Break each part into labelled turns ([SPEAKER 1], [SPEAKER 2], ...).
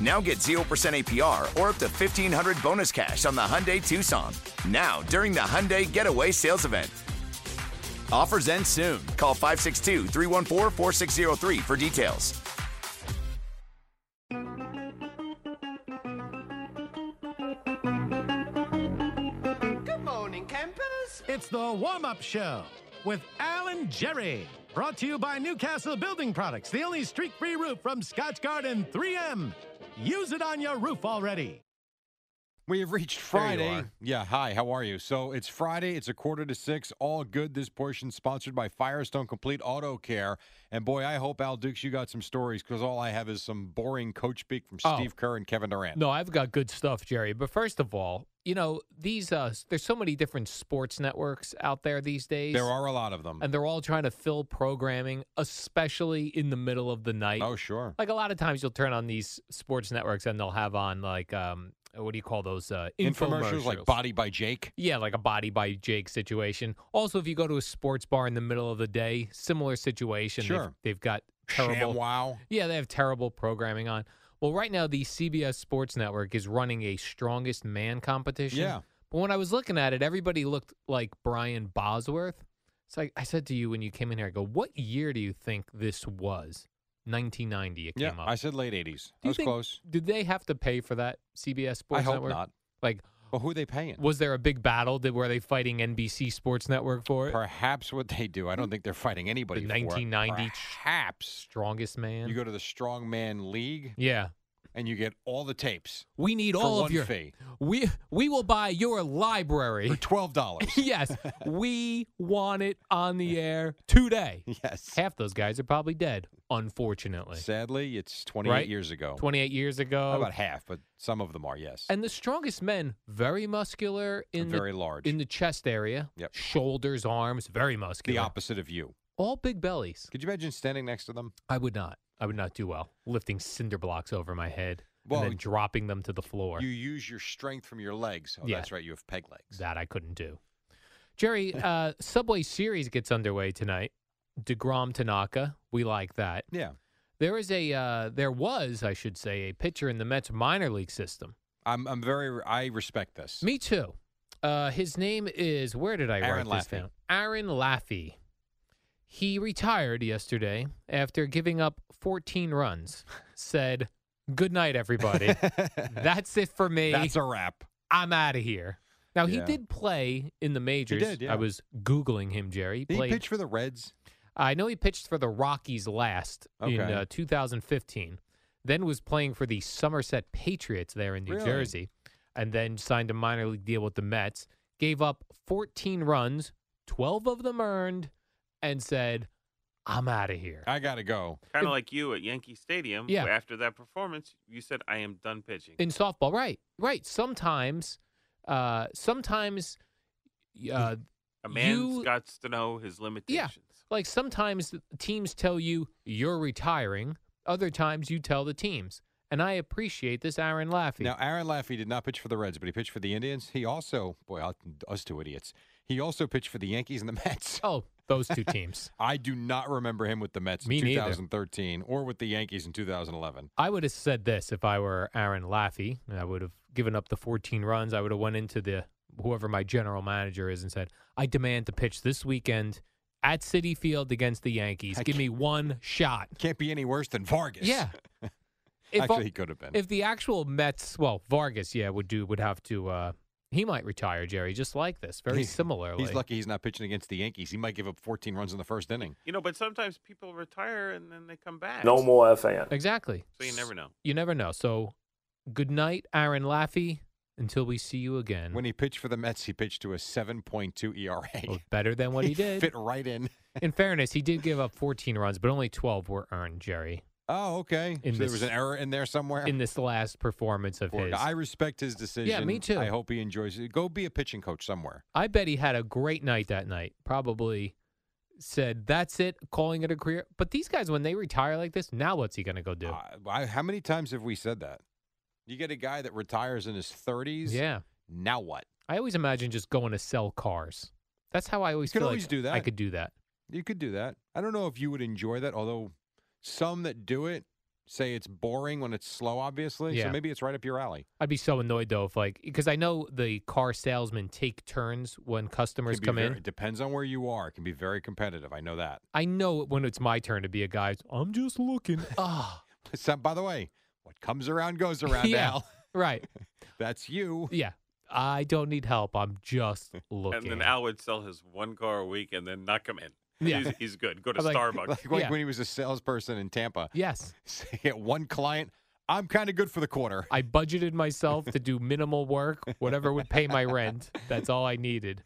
[SPEAKER 1] Now get 0% APR or up to 1500 bonus cash on the Hyundai Tucson. Now, during the Hyundai Getaway Sales Event. Offers end soon. Call 562 314 4603 for details.
[SPEAKER 2] Good morning, campers.
[SPEAKER 3] It's the warm up show with Alan Jerry. Brought to you by Newcastle Building Products, the only streak free roof from Scotch Garden 3M. Use it on your roof already.
[SPEAKER 4] We have reached
[SPEAKER 5] There you
[SPEAKER 4] Friday.
[SPEAKER 5] are.
[SPEAKER 4] Yeah, hi, how are you? So it's Friday, it's a quarter to six, all good. This portion sponsored by Firestone Complete Auto Care. And boy, I hope, Al Dukes, you got some stories because all I have is some boring coach speak from
[SPEAKER 5] Oh.
[SPEAKER 4] Steve Kerr and Kevin Durant.
[SPEAKER 5] No, I've got good stuff, Jerry. But first of all, you know, these uh s- there's so many different sports networks out there these days.
[SPEAKER 4] There are a lot of them.
[SPEAKER 5] and they're all trying to fill programming, especially in the middle of the night.
[SPEAKER 4] Oh, sure.
[SPEAKER 5] Like a lot of times you'll turn on these sports networks and they'll have on like um what do you call those uh
[SPEAKER 4] Infomercials like Body by Jake.
[SPEAKER 5] Yeah, like a body by Jake situation. Also, if you go to a sports bar in the middle of the day, similar situation. They've-
[SPEAKER 4] Sure.
[SPEAKER 5] They've, got terrible.
[SPEAKER 4] Wow.
[SPEAKER 5] Yeah, they have terrible programming on. Well, right now the CBS Sports Network is running a strongest man competition.
[SPEAKER 4] Yeah.
[SPEAKER 5] But when I was looking at it, everybody looked like Brian Bosworth. So I, I said to you when you came in here, I go, what year do you think this was? 1990 it
[SPEAKER 4] Yeah,
[SPEAKER 5] came up.
[SPEAKER 4] I said late 80s.
[SPEAKER 5] Do
[SPEAKER 4] That
[SPEAKER 5] you
[SPEAKER 4] was
[SPEAKER 5] think-
[SPEAKER 4] close.
[SPEAKER 5] Did they have to pay for that CBS Sports
[SPEAKER 4] I hope
[SPEAKER 5] Network?
[SPEAKER 4] not.
[SPEAKER 5] Like,
[SPEAKER 4] But who are they paying?
[SPEAKER 5] was there a big battle? Did, were they fighting NBC Sports Network for it?
[SPEAKER 4] Perhaps what they do. I don't think they're fighting anybody. for it.
[SPEAKER 5] 1990
[SPEAKER 4] Perhaps
[SPEAKER 5] Strongest man.
[SPEAKER 4] you go to the Strongman League
[SPEAKER 5] yeah.
[SPEAKER 4] and you get all the tapes
[SPEAKER 5] We need
[SPEAKER 4] For
[SPEAKER 5] all of
[SPEAKER 4] one
[SPEAKER 5] your.
[SPEAKER 4] fee.
[SPEAKER 5] We we will buy your
[SPEAKER 4] for
[SPEAKER 5] library.
[SPEAKER 4] twelve dollars.
[SPEAKER 5] yes, we want it on the air today.
[SPEAKER 4] Yes.
[SPEAKER 5] Half those guys are probably dead, unfortunately.
[SPEAKER 4] Sadly, it's 28
[SPEAKER 5] Right?
[SPEAKER 4] years ago.
[SPEAKER 5] 28 years ago.
[SPEAKER 4] Not about half, but some of them are, yes.
[SPEAKER 5] And the strongest men, very muscular in
[SPEAKER 4] very
[SPEAKER 5] the
[SPEAKER 4] large.
[SPEAKER 5] in the chest area,
[SPEAKER 4] Yep.
[SPEAKER 5] shoulders, arms, very
[SPEAKER 4] the
[SPEAKER 5] muscular.
[SPEAKER 4] opposite of you.
[SPEAKER 5] All big bellies.
[SPEAKER 4] Could you imagine standing next to them?
[SPEAKER 5] I would not. I would not do well lifting cinder blocks over my head
[SPEAKER 4] Well,
[SPEAKER 5] and then dropping them to the floor.
[SPEAKER 4] You use your strength from your legs. Oh,
[SPEAKER 5] Yeah.
[SPEAKER 4] that's right. You have peg legs.
[SPEAKER 5] That I couldn't do. Jerry, uh, Subway Series gets underway tonight. Degrom Tanaka, we like that.
[SPEAKER 4] yeah.
[SPEAKER 5] There is a, uh, there was, I should say, a pitcher in the Mets minor league system.
[SPEAKER 4] I'm, I'm very, I respect this.
[SPEAKER 5] Me too. Uh, his name is where did I
[SPEAKER 4] Aaron
[SPEAKER 5] write this
[SPEAKER 4] Laffey.
[SPEAKER 5] down? Aaron Laffey. He retired yesterday after giving up 14 runs. Said, "Good night, everybody. That's it for me.
[SPEAKER 4] That's a wrap.
[SPEAKER 5] I'm out of here." Now
[SPEAKER 4] Yeah.
[SPEAKER 5] he did play in the majors.
[SPEAKER 4] did, yeah.
[SPEAKER 5] I was googling him, Jerry. He
[SPEAKER 4] Did he
[SPEAKER 5] played-
[SPEAKER 4] pitch for the Reds?
[SPEAKER 5] I know he pitched for the Rockies last in
[SPEAKER 4] Okay.
[SPEAKER 5] uh, 2015. Then was playing for the Somerset Patriots there in New
[SPEAKER 4] Really?
[SPEAKER 5] Jersey, and then signed a minor league deal with the Mets. Gave up 14 runs, 12 of them earned, and said,
[SPEAKER 4] I'm out of here.
[SPEAKER 5] I got to go.
[SPEAKER 6] Kind of like you at Yankee Stadium.
[SPEAKER 4] Yeah.
[SPEAKER 6] After that performance, you said, I am done pitching.
[SPEAKER 4] In softball, right, right. Sometimes, uh, sometimes, uh,
[SPEAKER 6] A man's
[SPEAKER 4] you-
[SPEAKER 6] got to know his limitations.
[SPEAKER 4] yeah, like sometimes the teams tell you you're retiring. Other times you tell the teams, and I appreciate this, Aaron Laffey.
[SPEAKER 5] Now, Aaron Laffey did not pitch for the Reds, but he pitched for the Indians. He also, boy, I'll- us two idiots. He also pitched for the Yankees and the Mets.
[SPEAKER 4] Oh, those two teams.
[SPEAKER 5] I do not remember him with the Mets
[SPEAKER 4] Me
[SPEAKER 5] in
[SPEAKER 4] neither.
[SPEAKER 5] 2013 or with the Yankees in 2011.
[SPEAKER 4] I would have said this if I were Aaron Laffey. and I would have given up the 14 runs. I would have went into the whoever my general manager is and said, "I demand to pitch this weekend at City Field against the Yankees.
[SPEAKER 5] I
[SPEAKER 4] Give me one shot."
[SPEAKER 5] Can't be any worse than Vargas.
[SPEAKER 4] Yeah.
[SPEAKER 5] Actually, he could have been.
[SPEAKER 4] If the actual Mets, well, Vargas, yeah, would do would have to. Uh, he might retire, Jerry, just like this, very
[SPEAKER 5] He's-
[SPEAKER 4] similarly.
[SPEAKER 5] He's lucky he's not pitching against the Yankees. He might give up 14 runs in the first inning.
[SPEAKER 6] You know, but sometimes people retire and then they come back.
[SPEAKER 5] FAN.
[SPEAKER 4] Exactly.
[SPEAKER 6] So you never know.
[SPEAKER 4] You never know. So, good night, Aaron Laffey. Until we see you again.
[SPEAKER 5] When he pitched for the Mets, he pitched to a 7.2 ERA.
[SPEAKER 4] Well, better than what he did.
[SPEAKER 5] Fit right in.
[SPEAKER 4] In fairness, he did give up 14 runs, but only 12 were earned, Jerry,
[SPEAKER 5] Oh, okay.
[SPEAKER 4] In this-
[SPEAKER 5] so there was an error in there somewhere.
[SPEAKER 4] in this last performance of
[SPEAKER 5] Poor
[SPEAKER 4] his.
[SPEAKER 5] guy. I respect his decision.
[SPEAKER 4] me too.
[SPEAKER 5] I hope he enjoys it. Go be a pitching coach somewhere.
[SPEAKER 4] I bet he had a great night that night. Probably said, that's it, calling it a career. But these guys, when they retire like this, now what's he going to go do?
[SPEAKER 5] I- I- Uh, how many times have we said that? You get a guy that retires in his 30s.
[SPEAKER 4] yeah.
[SPEAKER 5] Now what?
[SPEAKER 4] I always imagine just going to sell cars. That's how I always
[SPEAKER 5] could
[SPEAKER 4] feel
[SPEAKER 5] always
[SPEAKER 4] like
[SPEAKER 5] do
[SPEAKER 4] I
[SPEAKER 5] that.
[SPEAKER 4] could do that.
[SPEAKER 5] You could do that. I don't know if you would enjoy that, although some that do it say it's boring when it's slow, obviously.
[SPEAKER 4] Yeah.
[SPEAKER 5] So maybe it's right up your alley.
[SPEAKER 4] I'd be so annoyed though if like because I know the car salesmen take turns when customers
[SPEAKER 5] Can be
[SPEAKER 4] come
[SPEAKER 5] very-
[SPEAKER 4] in.
[SPEAKER 5] It depends on where you are. It can be very competitive. I know that.
[SPEAKER 4] I know it when it's my turn to be a guy. I'm just looking. Ah,
[SPEAKER 5] So, by the way, what comes around goes around,
[SPEAKER 4] Yeah.
[SPEAKER 5] Al.
[SPEAKER 4] right.
[SPEAKER 5] That's you.
[SPEAKER 4] Yeah. I don't need help. I'm just looking.
[SPEAKER 6] And then Al would sell his one car a week and then not come in.
[SPEAKER 4] Yeah.
[SPEAKER 6] He's, he's good. Go to
[SPEAKER 4] I'm like-
[SPEAKER 6] Starbucks.
[SPEAKER 5] Like, like
[SPEAKER 4] Yeah.
[SPEAKER 5] when he was a salesperson in Tampa.
[SPEAKER 4] yes.
[SPEAKER 5] He had one client. I'm kind of good for the quarter.
[SPEAKER 4] I budgeted myself to do minimal work, whatever would pay my rent. That's all I needed.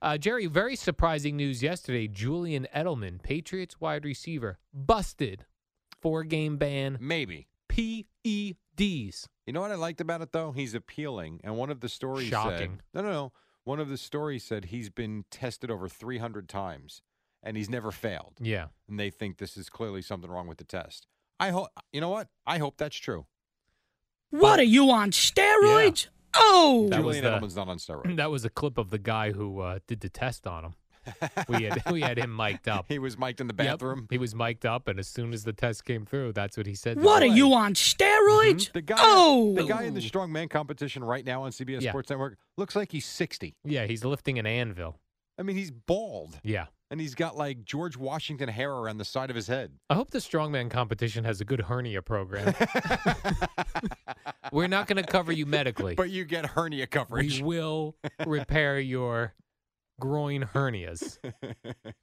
[SPEAKER 4] Uh, Jerry, very surprising news yesterday. Julian Edelman, Patriots wide receiver, busted. Four game ban,
[SPEAKER 5] Maybe.
[SPEAKER 4] E PEDs.
[SPEAKER 5] You know what I liked about it though? He's appealing, and one of the stories
[SPEAKER 4] Shocking.
[SPEAKER 5] said, "No, no, no." One of the stories said he's been tested over 300 times, and he's never failed.
[SPEAKER 4] Yeah.
[SPEAKER 5] And they think this is clearly something wrong with the test. I hope. You know what? I hope that's true.
[SPEAKER 7] What are you on steroids? Oh,
[SPEAKER 4] That was
[SPEAKER 5] Julian
[SPEAKER 4] the-
[SPEAKER 5] Edelman's not on steroids.
[SPEAKER 4] That was a clip of the guy who uh, did the test on him. We had we had him mic'd up.
[SPEAKER 5] He was mic'd in the
[SPEAKER 4] Yep,
[SPEAKER 5] bathroom.
[SPEAKER 4] he was mic'd up, and as soon as the test came through, that's what he said. to
[SPEAKER 7] what are
[SPEAKER 4] the-
[SPEAKER 7] you on steroids?
[SPEAKER 5] Mm-hmm. The guy,
[SPEAKER 7] Oh,
[SPEAKER 5] the guy in the strongman competition right now on CBS
[SPEAKER 4] Yeah.
[SPEAKER 5] Sports Network looks like he's 60.
[SPEAKER 4] Yeah, he's lifting an anvil.
[SPEAKER 5] I mean, he's bald
[SPEAKER 4] Yeah.
[SPEAKER 5] and he's got like George Washington hair around the side of his head.
[SPEAKER 4] I hope the strongman competition has a good hernia program. We're not going to cover you medically.
[SPEAKER 5] But you get hernia coverage.
[SPEAKER 4] We will repair your groin hernias.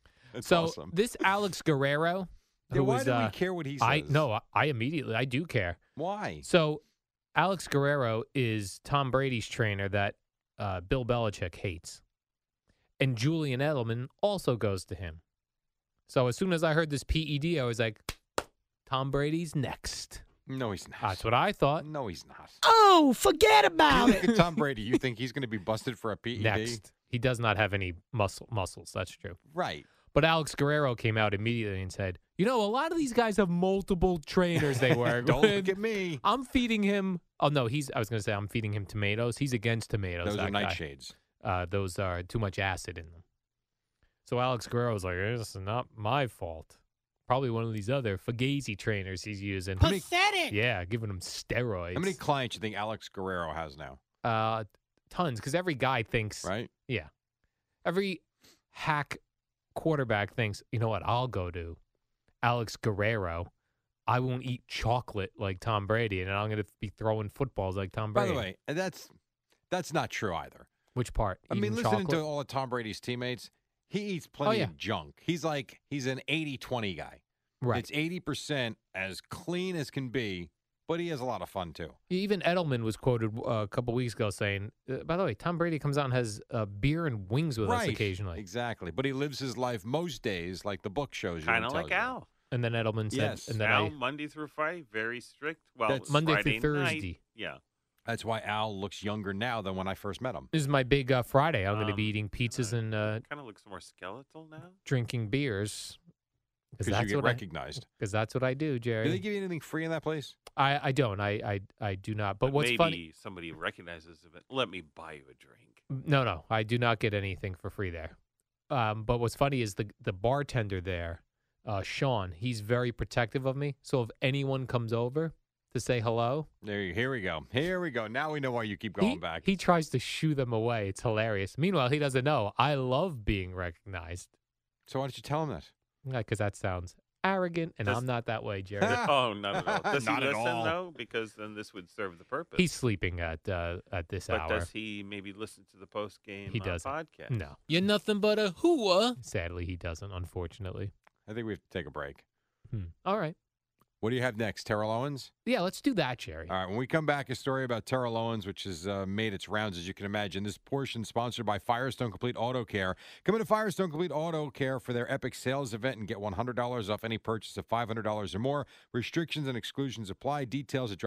[SPEAKER 5] That's
[SPEAKER 4] so
[SPEAKER 5] awesome.
[SPEAKER 4] this Alex Guerrero,
[SPEAKER 5] Yeah,
[SPEAKER 4] who
[SPEAKER 5] why
[SPEAKER 4] was,
[SPEAKER 5] do
[SPEAKER 4] uh,
[SPEAKER 5] we care what he says?
[SPEAKER 4] I no, I, I immediately I do care.
[SPEAKER 5] Why?
[SPEAKER 4] So Alex Guerrero is Tom Brady's trainer that uh, Bill Belichick hates, and Julian Edelman also goes to him. So as soon as I heard this PED, I was like, Tom Brady's next.
[SPEAKER 5] No, he's not.
[SPEAKER 4] That's what I thought.
[SPEAKER 5] No, he's not.
[SPEAKER 7] oh, forget about
[SPEAKER 5] You
[SPEAKER 7] it.
[SPEAKER 5] look at Tom Brady. You think he's going to be busted for a E PED?
[SPEAKER 4] Next, he does not have any muscle muscles. That's true.
[SPEAKER 5] Right.
[SPEAKER 4] But Alex Guerrero came out immediately and said, "You know, a lot of these guys have multiple trainers they work
[SPEAKER 5] Don't
[SPEAKER 4] with.
[SPEAKER 5] look at me.
[SPEAKER 4] I'm feeding him. Oh no, he's. I was going to say I'm feeding him tomatoes. He's against tomatoes.
[SPEAKER 5] Those
[SPEAKER 4] that
[SPEAKER 5] are
[SPEAKER 4] guy.
[SPEAKER 5] nightshades.
[SPEAKER 4] Uh, those are too much acid in them. So Alex Guerrero was like, "This is not my fault. Probably one of these other Fugazi trainers he's using.
[SPEAKER 7] Pathetic.
[SPEAKER 4] yeah, giving him steroids.
[SPEAKER 5] How many clients you think Alex Guerrero has now?
[SPEAKER 4] uh, tons. Because every guy thinks,
[SPEAKER 5] Right.
[SPEAKER 4] yeah, every hack quarterback thinks, you know what? I'll go to Alex Guerrero. I won't eat chocolate like Tom Brady, and I'm going to be throwing footballs like Tom
[SPEAKER 5] By
[SPEAKER 4] Brady.
[SPEAKER 5] the way, that's that's not true either.
[SPEAKER 4] Which part?
[SPEAKER 5] I mean,
[SPEAKER 4] Eating
[SPEAKER 5] listening to
[SPEAKER 4] chocolate? Oh,
[SPEAKER 5] all of Tom Brady's teammates, he eats plenty
[SPEAKER 4] yeah.
[SPEAKER 5] of junk. He's like he's an 80-20 guy.
[SPEAKER 4] right.
[SPEAKER 5] It's 80% as clean as can be, but he has a lot of fun too.
[SPEAKER 4] Even Edelman was quoted uh, a couple weeks ago saying, uh, "By the way, Tom Brady comes out and has uh, beer and wings with us
[SPEAKER 5] Right.
[SPEAKER 4] occasionally."
[SPEAKER 5] Exactly. But he lives his life most days like the book shows you. and
[SPEAKER 6] Kind of
[SPEAKER 5] tells
[SPEAKER 6] like
[SPEAKER 5] you.
[SPEAKER 6] Al.
[SPEAKER 4] And then Edelman said,
[SPEAKER 5] Yes.
[SPEAKER 4] "And then
[SPEAKER 6] Al,
[SPEAKER 4] I,
[SPEAKER 6] Monday through Friday, very strict. Well,
[SPEAKER 5] That's-
[SPEAKER 4] Monday
[SPEAKER 6] Friday
[SPEAKER 4] through
[SPEAKER 6] night,
[SPEAKER 4] Thursday.
[SPEAKER 6] Yeah.
[SPEAKER 5] That's why Al looks younger now than when I first met him.
[SPEAKER 4] this is my big uh, Friday. I'm going to
[SPEAKER 6] Um,
[SPEAKER 4] be eating pizzas and uh,
[SPEAKER 6] Kind of looks more skeletal now.
[SPEAKER 4] drinking beers
[SPEAKER 5] Because you get recognized.
[SPEAKER 4] Because that's what I do, Jerry.
[SPEAKER 5] Do they give you anything free in that place?
[SPEAKER 4] I, I don't. I, I I do not. But, what's
[SPEAKER 6] maybe
[SPEAKER 4] funny?
[SPEAKER 6] somebody recognizes it. Let me buy you a drink.
[SPEAKER 4] mm, No, no, I do not get anything for free there. Um, but what's funny is the the bartender there, uh, Sean. He's very protective of me. So if anyone comes over to say hello,
[SPEAKER 5] There, you, here we go. Here we go. Now we know why you keep
[SPEAKER 4] he-
[SPEAKER 5] going back.
[SPEAKER 4] he tries to shoo them away. It's hilarious. Meanwhile, he doesn't know. I love being recognized
[SPEAKER 5] so why don't you tell him that?
[SPEAKER 4] because that sounds arrogant, and
[SPEAKER 6] Does-
[SPEAKER 4] I'm not that way, Jerry.
[SPEAKER 6] oh, not at all. Does
[SPEAKER 5] Not
[SPEAKER 6] he
[SPEAKER 5] at
[SPEAKER 6] listen
[SPEAKER 5] all.
[SPEAKER 6] though? Because then this would serve the purpose.
[SPEAKER 4] He's sleeping at uh, at this
[SPEAKER 6] but
[SPEAKER 4] hour.
[SPEAKER 6] does he maybe listen to the post game
[SPEAKER 4] He doesn't.
[SPEAKER 6] podcast?
[SPEAKER 4] No. You're nothing but a hooah. Sadly, he doesn't, unfortunately. Hmm.
[SPEAKER 5] I think we have to take a break.
[SPEAKER 4] All right.
[SPEAKER 5] What do you have next, Terrell Owens?
[SPEAKER 4] Yeah, let's do that, Jerry.
[SPEAKER 5] All right. When we come back, a story about Terrell Owens, which has uh, made its rounds, as you can imagine. This portion sponsored by Firestone Complete Auto Care. Come into Firestone Complete Auto Care for their epic sales event and get $100 off any purchase of $500 or more. Restrictions and exclusions apply. Details at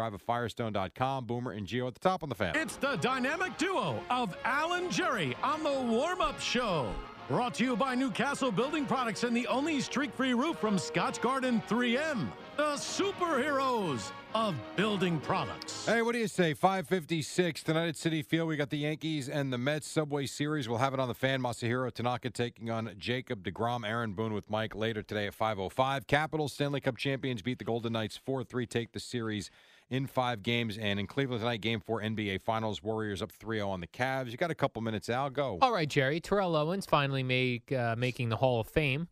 [SPEAKER 5] driveafirestone.com. Boomer and Geo at the top on the fan.
[SPEAKER 3] It's the dynamic duo of Alan Jerry on the warm up show. Brought to you by Newcastle Building Products and the only streak free roof from Scotch Garden 3M, the superheroes of building products.
[SPEAKER 5] Hey, what do you say? 556 tonight at City Field. We got the Yankees and the Mets Subway Series. We'll have it on the fan. Masahiro Tanaka taking on Jacob DeGrom. Aaron Boone with Mike later today at 505. Capitals Stanley Cup champions beat the Golden Knights 4 3, take the series in five games. And in Cleveland tonight, game four NBA Finals. Warriors up 3 0 on the Cavs. You got a couple minutes, Al. Go.
[SPEAKER 4] All right, Jerry. Terrell Owens finally make uh, making the Hall of Fame,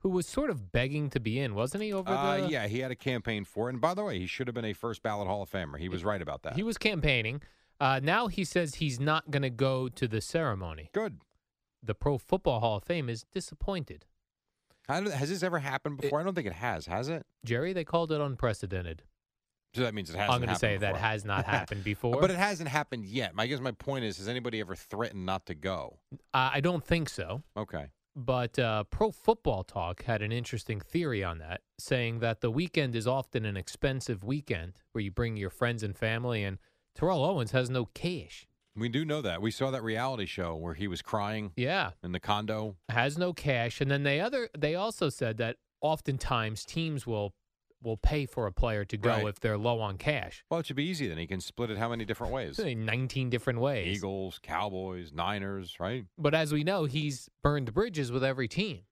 [SPEAKER 4] who was sort of begging to be in, wasn't he? Over
[SPEAKER 5] Uh,
[SPEAKER 4] the
[SPEAKER 5] yeah, he had a campaign for it. And by the way, he should have been a first ballot Hall of Famer. He was right about that.
[SPEAKER 4] he was campaigning. Uh, now he says he's not going to go to the ceremony.
[SPEAKER 5] Good.
[SPEAKER 4] The Pro Football Hall of Fame is disappointed.
[SPEAKER 5] How did- has this ever happened before? I don't think it has, has it?
[SPEAKER 4] Jerry, they called it unprecedented.
[SPEAKER 5] So that means it hasn't.
[SPEAKER 4] I'm going to
[SPEAKER 5] happened
[SPEAKER 4] say that
[SPEAKER 5] before.
[SPEAKER 4] has not happened before.
[SPEAKER 5] But it hasn't happened yet. My- I guess my point is, has anybody ever threatened not to go?
[SPEAKER 4] uh, I don't think so.
[SPEAKER 5] Okay.
[SPEAKER 4] But uh, Pro Football Talk had an interesting theory on that, saying that the weekend is often an expensive weekend where you bring your friends and family, and Terrell Owens has no cash.
[SPEAKER 5] We do know that. We saw that reality show where he was crying
[SPEAKER 4] Yeah,
[SPEAKER 5] in the condo.
[SPEAKER 4] has no cash, and then they other they also said that oftentimes teams will will pay for a player to go
[SPEAKER 5] Right.
[SPEAKER 4] if they're low on cash.
[SPEAKER 5] Well, it should be easy then. He can split it how many different ways?
[SPEAKER 4] So, in 19 different ways.
[SPEAKER 5] Eagles, Cowboys, Niners, right?
[SPEAKER 4] But as we know, he's burned bridges with every team,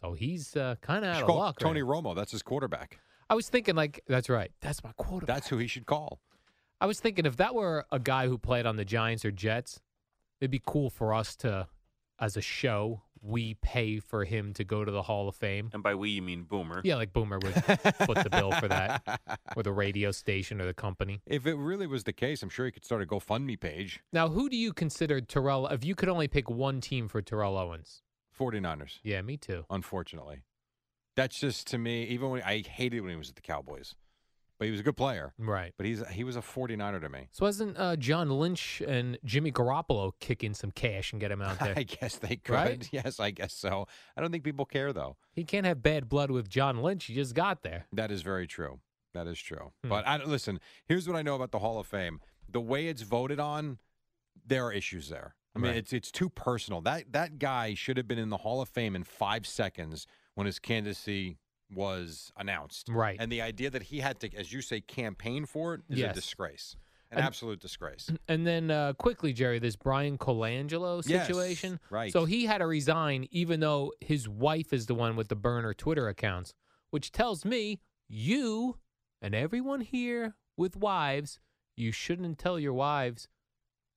[SPEAKER 4] so he's uh, kind of
[SPEAKER 5] Should
[SPEAKER 4] out of
[SPEAKER 5] call
[SPEAKER 4] luck. right
[SPEAKER 5] Tony Romo. That's his quarterback.
[SPEAKER 4] I was thinking, like, that's right. That's my quarterback.
[SPEAKER 5] That's who he should call.
[SPEAKER 4] I was thinking if that were a guy who played on the Giants or Jets, it'd be cool for us to, as a show, we pay for him to go to the Hall of Fame.
[SPEAKER 6] And by we, you mean Boomer.
[SPEAKER 4] Yeah, like Boomer would foot the bill for that, or the radio station or the company.
[SPEAKER 5] If it really was the case, I'm sure he could start a GoFundMe page.
[SPEAKER 4] Now, who do you consider Terrell? If you could only pick one team for Terrell Owens,
[SPEAKER 5] 49ers,
[SPEAKER 4] yeah, me too.
[SPEAKER 5] unfortunately. That's just to me, even when I hated when he was at the Cowboys, but he was a good player.
[SPEAKER 4] Right.
[SPEAKER 5] But he's he was a 49er to me.
[SPEAKER 4] So, hasn't uh, John Lynch and Jimmy Garoppolo kick in some cash and get him out there?
[SPEAKER 5] I guess they could.
[SPEAKER 4] Right?
[SPEAKER 5] Yes, I guess so. I don't think people care though.
[SPEAKER 4] He can't have bad blood with John Lynch. He just got there.
[SPEAKER 5] That is very true. That is true.
[SPEAKER 4] Hmm.
[SPEAKER 5] But I listen. Here's what I know about the Hall of Fame: the way it's voted on, there are issues there. I mean,
[SPEAKER 4] Right.
[SPEAKER 5] it's it's too personal. That that guy should have been in the Hall of Fame in five seconds when his candidacy was announced.
[SPEAKER 4] Right.
[SPEAKER 5] And the idea that he had to, as you say, campaign for it is
[SPEAKER 4] Yes.
[SPEAKER 5] a disgrace, an
[SPEAKER 4] And-
[SPEAKER 5] absolute disgrace.
[SPEAKER 4] And then uh, quickly, Jerry, this Brian Colangelo
[SPEAKER 5] Yes,
[SPEAKER 4] situation.
[SPEAKER 5] right.
[SPEAKER 4] So he had to resign, even though his wife is the one with the burner Twitter accounts, which tells me you and everyone here with wives, you shouldn't tell your wives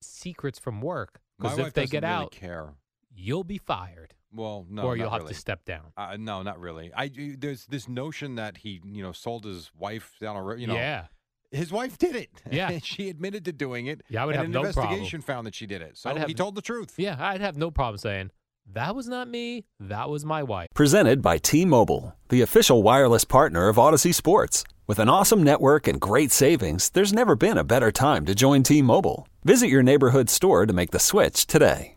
[SPEAKER 4] secrets from work
[SPEAKER 5] My
[SPEAKER 4] because
[SPEAKER 5] wife
[SPEAKER 4] if they
[SPEAKER 5] doesn't
[SPEAKER 4] get
[SPEAKER 5] really
[SPEAKER 4] out,
[SPEAKER 5] care.
[SPEAKER 4] you'll be fired
[SPEAKER 5] Well, no,
[SPEAKER 4] or
[SPEAKER 5] not
[SPEAKER 4] you'll have
[SPEAKER 5] really.
[SPEAKER 4] to step down.
[SPEAKER 5] Uh, no, not really. I you- there's this notion that he you know sold his wife down a road. You know,
[SPEAKER 4] yeah.
[SPEAKER 5] his wife did it.
[SPEAKER 4] Yeah.
[SPEAKER 5] she admitted to doing it.
[SPEAKER 4] Yeah, I would
[SPEAKER 5] and
[SPEAKER 4] have
[SPEAKER 5] an
[SPEAKER 4] no problem.
[SPEAKER 5] investigation found that she did it. So
[SPEAKER 4] I'd have-
[SPEAKER 5] he told the truth.
[SPEAKER 4] Yeah. I'd have no problem saying that was not me. That was my wife.
[SPEAKER 8] Presented by T Mobile, the official wireless partner of Odyssey Sports.
[SPEAKER 9] With an awesome network and great savings, there's never been a better time to join T Mobile. Visit your neighborhood store to make the switch today.